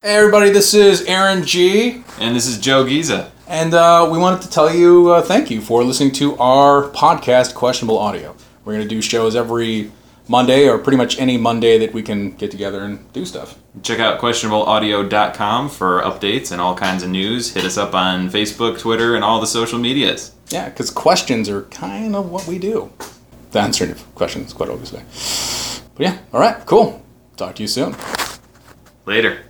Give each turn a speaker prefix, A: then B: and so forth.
A: Hey everybody, this is Aaron G,
B: And this is Joe Giza.
A: and uh, we wanted to tell you uh, thank you for listening to our podcast, Questionable Audio. We're going to do shows every Monday, or pretty much any Monday that we can get together and do stuff.
B: Check out questionableaudio.com for updates and all kinds of news. Hit us up on Facebook, Twitter, and all the social medias.
A: Yeah, because questions are kind of what we do. The answering of questions, quite obviously. But yeah, all right, cool. Talk to you soon.
B: Later.